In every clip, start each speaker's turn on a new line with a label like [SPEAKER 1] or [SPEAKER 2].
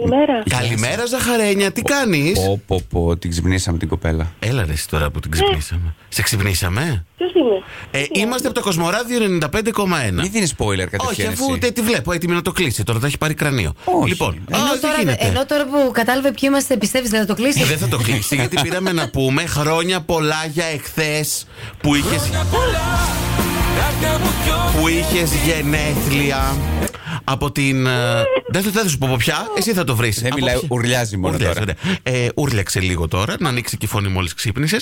[SPEAKER 1] Καλημέρα.
[SPEAKER 2] Καλημέρα, Ζαχαρένια, τι κάνεις.
[SPEAKER 3] Πω, πω, πω, την ξυπνήσαμε την κοπέλα.
[SPEAKER 2] Έλα ρε, εσύ τώρα που την ξυπνήσαμε. Σε ξυπνήσαμε.
[SPEAKER 1] Ποιος είναι.
[SPEAKER 2] Ε, είμαστε από το Κοσμοράδιο 95,1.
[SPEAKER 3] Μην δίνεις spoiler
[SPEAKER 2] Όχι,
[SPEAKER 3] κατευθείαν.
[SPEAKER 2] αφού
[SPEAKER 3] εσύ.
[SPEAKER 2] τε, τη βλέπω έτοιμη να το κλείσει τώρα, τα έχει πάρει κρανίο.
[SPEAKER 3] Όχι.
[SPEAKER 2] Λοιπόν,
[SPEAKER 4] Ενώ,
[SPEAKER 2] α, δεν
[SPEAKER 4] τώρα,
[SPEAKER 2] γίνεται. Ε,
[SPEAKER 4] ενώ τώρα που κατάλαβε ποιοι είμαστε, πιστεύεις να το κλείσει.
[SPEAKER 2] Δεν θα το κλείσει, γιατί πήραμε να πούμε χρόνια πολλά για εχθές που είχες. που είχε γενέθλια. Από την. ε, Δεν θα, δεν θα σου πω πια, εσύ θα το βρεις.
[SPEAKER 3] Δεν μιλάει, ουρλιάζει μόνο
[SPEAKER 2] Ούρλιαξε,
[SPEAKER 3] τώρα.
[SPEAKER 2] ναι. Ε, ούρλιαξε λίγο τώρα, να ανοίξει και η φωνή μόλις ξύπνησες.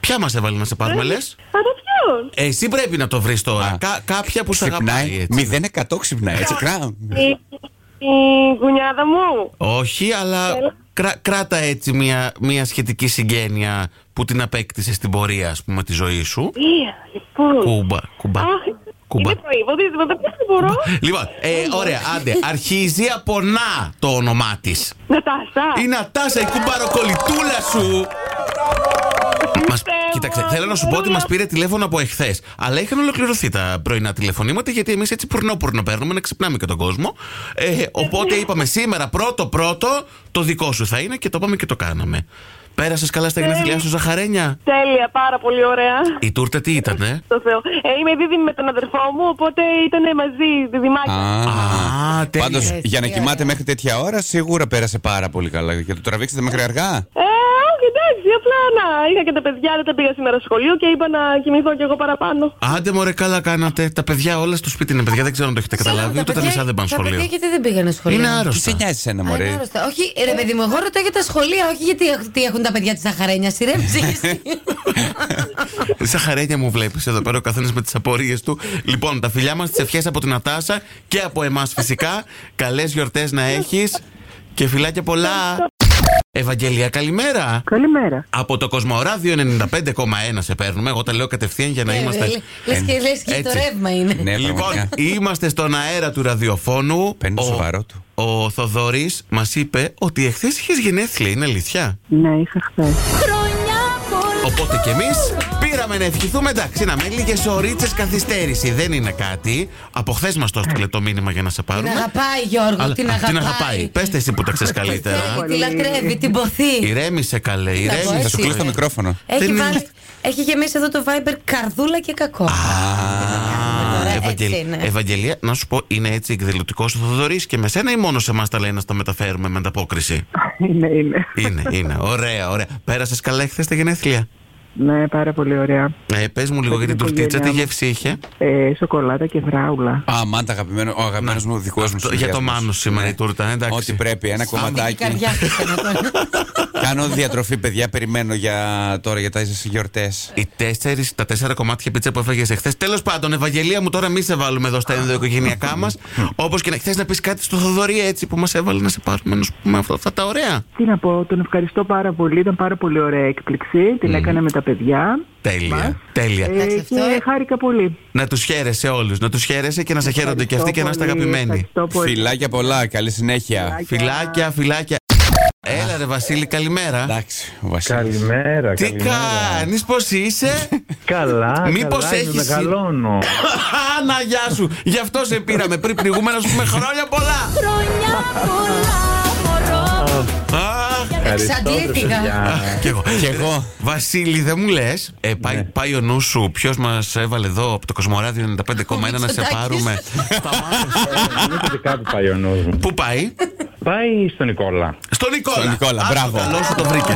[SPEAKER 2] Ποια μας έβαλε να σε πάρουμε, λες.
[SPEAKER 1] Από ποιον.
[SPEAKER 2] Εσύ πρέπει να το βρεις τώρα.
[SPEAKER 3] Α.
[SPEAKER 2] Κα- κάποια που σε αγαπάει.
[SPEAKER 3] Ξυπνάει.
[SPEAKER 2] έτσι.
[SPEAKER 3] 0% ξυπνάει. Έτσι, κράμ.
[SPEAKER 1] Η, η κουνιάδα μου.
[SPEAKER 2] Όχι, αλλά
[SPEAKER 1] Θέλω.
[SPEAKER 2] κρά- κράτα έτσι μια, μια σχετική συγγένεια που την απέκτησες στην πορεία, ας πούμε, τη ζωή σου.
[SPEAKER 1] Μία, λοιπόν.
[SPEAKER 2] Κούμπα, κουμπά.
[SPEAKER 1] Α,
[SPEAKER 2] κουμπά.
[SPEAKER 1] Είναι πρωί, ποδίζουμε, δεν μπορώ.
[SPEAKER 2] Λοιπόν, ε, ωραία, άντε. Αρχίζει από να το όνομά της.
[SPEAKER 1] Νατάσα.
[SPEAKER 2] Η Νατάσα, η κουμπαροκολλητούλα σου. Μας,
[SPEAKER 1] Θεέ μου,
[SPEAKER 2] κοίταξε, θέλω να σου πω ότι μα
[SPEAKER 1] Θεούλα.
[SPEAKER 2] πήρε τηλέφωνο από εχθές. Αλλά είχαν ολοκληρωθεί τα πρωινά τηλεφωνήματα γιατί εμείς έτσι πουρνό-πουρνό παίρνουμε να ξυπνάμε και τον κόσμο. Ε, οπότε είπαμε σήμερα πρώτο-πρώτο το δικό σου θα είναι και το πάμε και το κάναμε. Πέρασες καλά στα γενέθλιά σου, Ζαχαρένια.
[SPEAKER 1] Τέλεια, πάρα πολύ ωραία.
[SPEAKER 2] Η τούρτα τι ήταν, ε?
[SPEAKER 1] Το Θεό. Ε, είμαι δίδυμη με τον αδερφό μου, οπότε ήταν μαζί, διδυμάκια.
[SPEAKER 2] Α, τέλεια.
[SPEAKER 3] Πάντως,
[SPEAKER 4] Ε,
[SPEAKER 3] για να
[SPEAKER 4] τι
[SPEAKER 3] κοιμάται
[SPEAKER 4] ωραία.
[SPEAKER 3] μέχρι τέτοια ώρα, σίγουρα πέρασε πάρα πολύ καλά. Γιατί το τραβήξατε μέχρι αργά.
[SPEAKER 1] Ε, όχι, εντάξει, απλά να. Είχα και τα παιδιά, δεν τα πήγα σήμερα στο σχολείο και είπα να κοιμηθώ κι εγώ παραπάνω.
[SPEAKER 2] Άντε μωρέ καλά κάνατε. Τα παιδιά όλα στο σπίτι είναι παιδιά. Δεν ξέρω αν το έχετε καταλάβει.
[SPEAKER 4] Τα
[SPEAKER 2] Ούτε τα
[SPEAKER 4] παιδιά-
[SPEAKER 2] μισά δεν πάνε
[SPEAKER 4] Τα
[SPEAKER 2] σχολείο.
[SPEAKER 4] παιδιά γιατί δεν πήγανε σχολείο.
[SPEAKER 2] Είναι
[SPEAKER 3] Τι σε
[SPEAKER 2] άρρωστα.
[SPEAKER 3] νοιάζει ένα
[SPEAKER 4] Α, είναι
[SPEAKER 3] μωρέ.
[SPEAKER 4] άρρωστα. Όχι, ρε παιδί μου, εγώ ρωτάω για τα σχολεία, όχι γιατί έχ- τι έχουν τα παιδιά της Ζαχαρένιας. Συρέμψε
[SPEAKER 2] Ε,
[SPEAKER 4] κι εσύ.
[SPEAKER 2] Ζαχαρένια μου βλέπεις εδώ πέρα ο καθένας με τις απορίες του. Λοιπόν, τα φιλιά μας, τις ευχές από την Ατάσα και από εμάς φυσικά. Καλές γιορτές να έχεις και φιλάκια πολλά. Ευαγγελία, καλημέρα.
[SPEAKER 5] Καλημέρα.
[SPEAKER 2] Από το Κοσμοράδιο 95,1 σε παίρνουμε. Εγώ τα λέω κατευθείαν για να είμαστε.
[SPEAKER 4] Ε, Λε και, λες και το
[SPEAKER 2] Έτσι.
[SPEAKER 4] ρεύμα είναι.
[SPEAKER 3] Ναι,
[SPEAKER 2] Λοιπόν,
[SPEAKER 3] λοιπόν.
[SPEAKER 2] είμαστε στον αέρα του ραδιοφώνου.
[SPEAKER 3] Παίρνει το
[SPEAKER 2] Ο-
[SPEAKER 3] σοβαρό του.
[SPEAKER 2] Ο Θοδωρής μας είπε ότι εχθές είχες γενέθλια. Είναι αλήθεια.
[SPEAKER 5] Ναι, είχα χθες.
[SPEAKER 2] Οπότε κι εμείς πήραμε να ευχηθούμε. Εντάξει, να με λίγες ωρίτσε καθυστέρηση. Δεν είναι κάτι. Από χθες μας το έστειλε το μήνυμα για να σε
[SPEAKER 4] Την
[SPEAKER 2] πάρουμε.
[SPEAKER 4] αγαπάει, Γιώργο,
[SPEAKER 2] Αλλά-
[SPEAKER 4] την
[SPEAKER 2] Α,
[SPEAKER 4] αγαπάει.
[SPEAKER 2] Πέστε εσύ που τα ξέρεις
[SPEAKER 4] Τη
[SPEAKER 2] καλύτερα.
[SPEAKER 4] θέλει, Τη λατρεύει, την ποθεί.
[SPEAKER 2] Ηρέμησε καλέ,
[SPEAKER 4] ε. να πω,
[SPEAKER 2] ηρέμησε.
[SPEAKER 3] Θα σου
[SPEAKER 4] έτσι.
[SPEAKER 3] κλείσω το μικρόφωνο.
[SPEAKER 4] Έχει,
[SPEAKER 2] δεν είναι-
[SPEAKER 4] βάλει, έχει γεμίσει εδώ το Viber καρδούλα και κακό.
[SPEAKER 2] Α,
[SPEAKER 4] Ωραία,
[SPEAKER 2] Ευαγγελ-
[SPEAKER 4] έτσι είναι.
[SPEAKER 2] Ευαγγελία, να σου πω, είναι έτσι εκδηλωτικός ο Θοδωρής και με σένα ή μόνος σε εμάς τα λέει να στα μεταφέρουμε με ανταπόκριση.
[SPEAKER 5] Είναι, είναι.
[SPEAKER 2] είναι, είναι. Ωραία, ωραία. Πέρασες καλά χθες τα γενέθλια.
[SPEAKER 5] Ναι, πάρα πολύ ωραία.
[SPEAKER 2] Ε, Πες μου λίγο για την τουρτίτσα, τι
[SPEAKER 5] οικογένειά μου.
[SPEAKER 2] γεύση είχε.
[SPEAKER 5] Ε, σοκολάτα και βράουλα.
[SPEAKER 3] Α, μάντα, αγαπημένο, ο αγαπημένος μου δικός μου.
[SPEAKER 2] Το- Για
[SPEAKER 3] συνδυασμός.
[SPEAKER 2] το μάνο σήμερα
[SPEAKER 3] Ναι.
[SPEAKER 2] η τούρτα, εντάξει.
[SPEAKER 3] Ό,τι πρέπει, ένα
[SPEAKER 4] Η
[SPEAKER 3] κομματάκι.
[SPEAKER 4] καρδιά της ήταν εδώ.
[SPEAKER 3] Κάνω διατροφή, παιδιά. Περιμένω για τώρα για τα γιορτές.
[SPEAKER 2] Οι τέσσερις, τα τέσσερα κομμάτια πίτσα που έφαγες εχθές. Τέλος πάντων, Ευαγγελία μου, τώρα μη σε βάλουμε εδώ στα ενδοοικογενειακά μας. Όπως και να χθε να πεις κάτι στο Θοδωρή έτσι που μας έβαλε να σε πάρουμε να σου πούμε αυτά, αυτά τα ωραία.
[SPEAKER 5] Τι να πω, τον ευχαριστώ πάρα πολύ. Ήταν πάρα πολύ ωραία έκπληξη. Την έκανα με τα παιδιά.
[SPEAKER 2] Τέλεια. Τέλεια.
[SPEAKER 5] Ε,
[SPEAKER 4] Εντάξει, αυτό, ε.
[SPEAKER 5] και χάρηκα πολύ.
[SPEAKER 2] Να τους χαίρεσαι όλους. Να τους χαίρεσαι και να σε χαίρονται και αυτοί και να είστε
[SPEAKER 5] Ευχαριστώ πολύ,
[SPEAKER 2] αγαπημένοι.
[SPEAKER 5] Ευχαριστώ πολύ.
[SPEAKER 3] Φιλάκια πολλά, καλή συνέχεια.
[SPEAKER 5] Φιλάκια.
[SPEAKER 2] Φιλάκια, φιλάκια. Έλα ρε Βασίλη, καλημέρα.
[SPEAKER 3] Εντάξει, ο Βασίλης.
[SPEAKER 6] Καλημέρα,
[SPEAKER 2] Τι
[SPEAKER 6] καλημέρα.
[SPEAKER 2] κάνεις, πώς είσαι.
[SPEAKER 6] Καλά,
[SPEAKER 2] Μήπως
[SPEAKER 6] καλά,
[SPEAKER 2] έχεις-
[SPEAKER 6] μεγαλώνω.
[SPEAKER 2] Άνα, γεια σου. Γι' αυτό σε πήραμε πριν πνιγούμε να σου πούμε χρόνια πολλά. Αχ,
[SPEAKER 4] Εξαντλήθηκα.
[SPEAKER 6] παιδιά.
[SPEAKER 2] Κι εγώ.
[SPEAKER 3] Κι εγώ. Ναι.
[SPEAKER 2] Βασίλη, δεν μου λες. Ε, πάει, πάει ο νου σου. Ποιος μας έβαλε εδώ από το Κοσμοράδιο 95,1 να σε
[SPEAKER 4] Μητσοτάκης.
[SPEAKER 2] πάρουμε.
[SPEAKER 6] Νομίζω ότι κάπου πάει ο νους μου.
[SPEAKER 2] Πού πάει?
[SPEAKER 6] Πάει στον Νικόλα.
[SPEAKER 2] Στον Νικόλα.
[SPEAKER 3] Στον Νικόλα,
[SPEAKER 2] Α,
[SPEAKER 3] μπράβο.
[SPEAKER 2] το Καλό σου το βρήκε.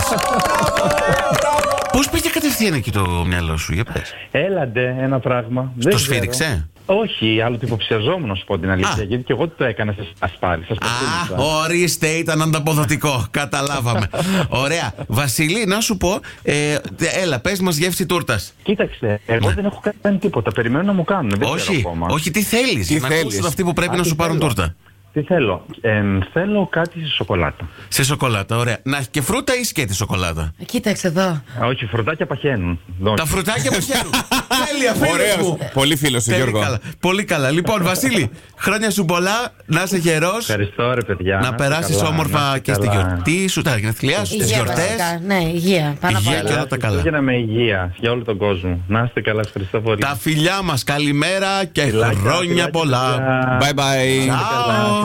[SPEAKER 2] Πώς πήγε κατευθείαν εκεί το μυαλό σου, για πες.
[SPEAKER 6] Έλαντε ένα πράγμα. Δεν
[SPEAKER 2] Το
[SPEAKER 6] ξέρω.
[SPEAKER 2] σφίριξε.
[SPEAKER 6] Όχι, άλλο το υποψιαζόμουν, να σου πω την αλήθεια.
[SPEAKER 2] Α.
[SPEAKER 6] Γιατί και εγώ το έκανα σε σας πάλι. Σας
[SPEAKER 2] Α,
[SPEAKER 6] παρακολούθησα.
[SPEAKER 2] ορίστε, ήταν ανταποδοτικό. Καταλάβαμε. Ωραία. Βασίλη, να σου πω, ε, έλα, πες μας γεύση τούρτας.
[SPEAKER 6] Κοίταξε, εγώ δεν έχω κάνει- κάνει τίποτα. Περιμένω να μου κάνουν. Δεν ξέρω
[SPEAKER 2] Ναι. Όχι,
[SPEAKER 6] ακόμα.
[SPEAKER 2] όχι, τι θέλεις.
[SPEAKER 3] Τι
[SPEAKER 2] Να
[SPEAKER 3] θέλεις.
[SPEAKER 2] ακούσουν αυτοί που πρέπει
[SPEAKER 6] Α,
[SPEAKER 2] να
[SPEAKER 6] τι
[SPEAKER 2] σου πάρουν
[SPEAKER 6] θέλω.
[SPEAKER 2] τούρτα.
[SPEAKER 6] Τι θέλω. Εμ, θέλω κάτι σε σοκολάτα.
[SPEAKER 2] Σε σοκολάτα, ωραία. Να έχει και φρούτα ή σκέτη σοκολάτα.
[SPEAKER 4] Κοίταξε εδώ.
[SPEAKER 6] Α, Ε, Όχι, φρουτάκια παχαίνουν. Δόξα.
[SPEAKER 2] Τα φρουτάκια που χαίρουν. Τέλεια, φίλε μου.
[SPEAKER 3] Ωραίο. Πολύ φίλος του
[SPEAKER 2] Τέλεια,
[SPEAKER 3] Γιώργο.
[SPEAKER 2] καλά. Πολύ καλά. Λοιπόν, Βασίλη, χρόνια σου πολλά. Να είσαι γερός.
[SPEAKER 6] Ευχαριστώ ρε παιδιά.
[SPEAKER 2] Να περάσεις
[SPEAKER 6] καλά, να
[SPEAKER 2] όμορφα
[SPEAKER 6] είστε
[SPEAKER 2] και στη
[SPEAKER 6] καλά.
[SPEAKER 2] γιορτή σου, τα γενέθλιά σου, τις
[SPEAKER 4] Υγεία βασικά.
[SPEAKER 2] γιορτέ.
[SPEAKER 4] Ναι, υγεία. Πάνω απ'
[SPEAKER 2] Υγεία
[SPEAKER 4] όλα.
[SPEAKER 2] και όλα τα καλά.
[SPEAKER 6] Χριστούγεννα με υγεία για όλο τον κόσμο. Να είστε καλά, ευχαριστώ πολύ.
[SPEAKER 2] Τα φιλιά μας, καλημέρα και
[SPEAKER 6] Φιλάκια,
[SPEAKER 2] χρόνια
[SPEAKER 6] φιλάκια,
[SPEAKER 2] πολλά.
[SPEAKER 6] φιλιά.
[SPEAKER 3] Bye bye.
[SPEAKER 2] Τσάω.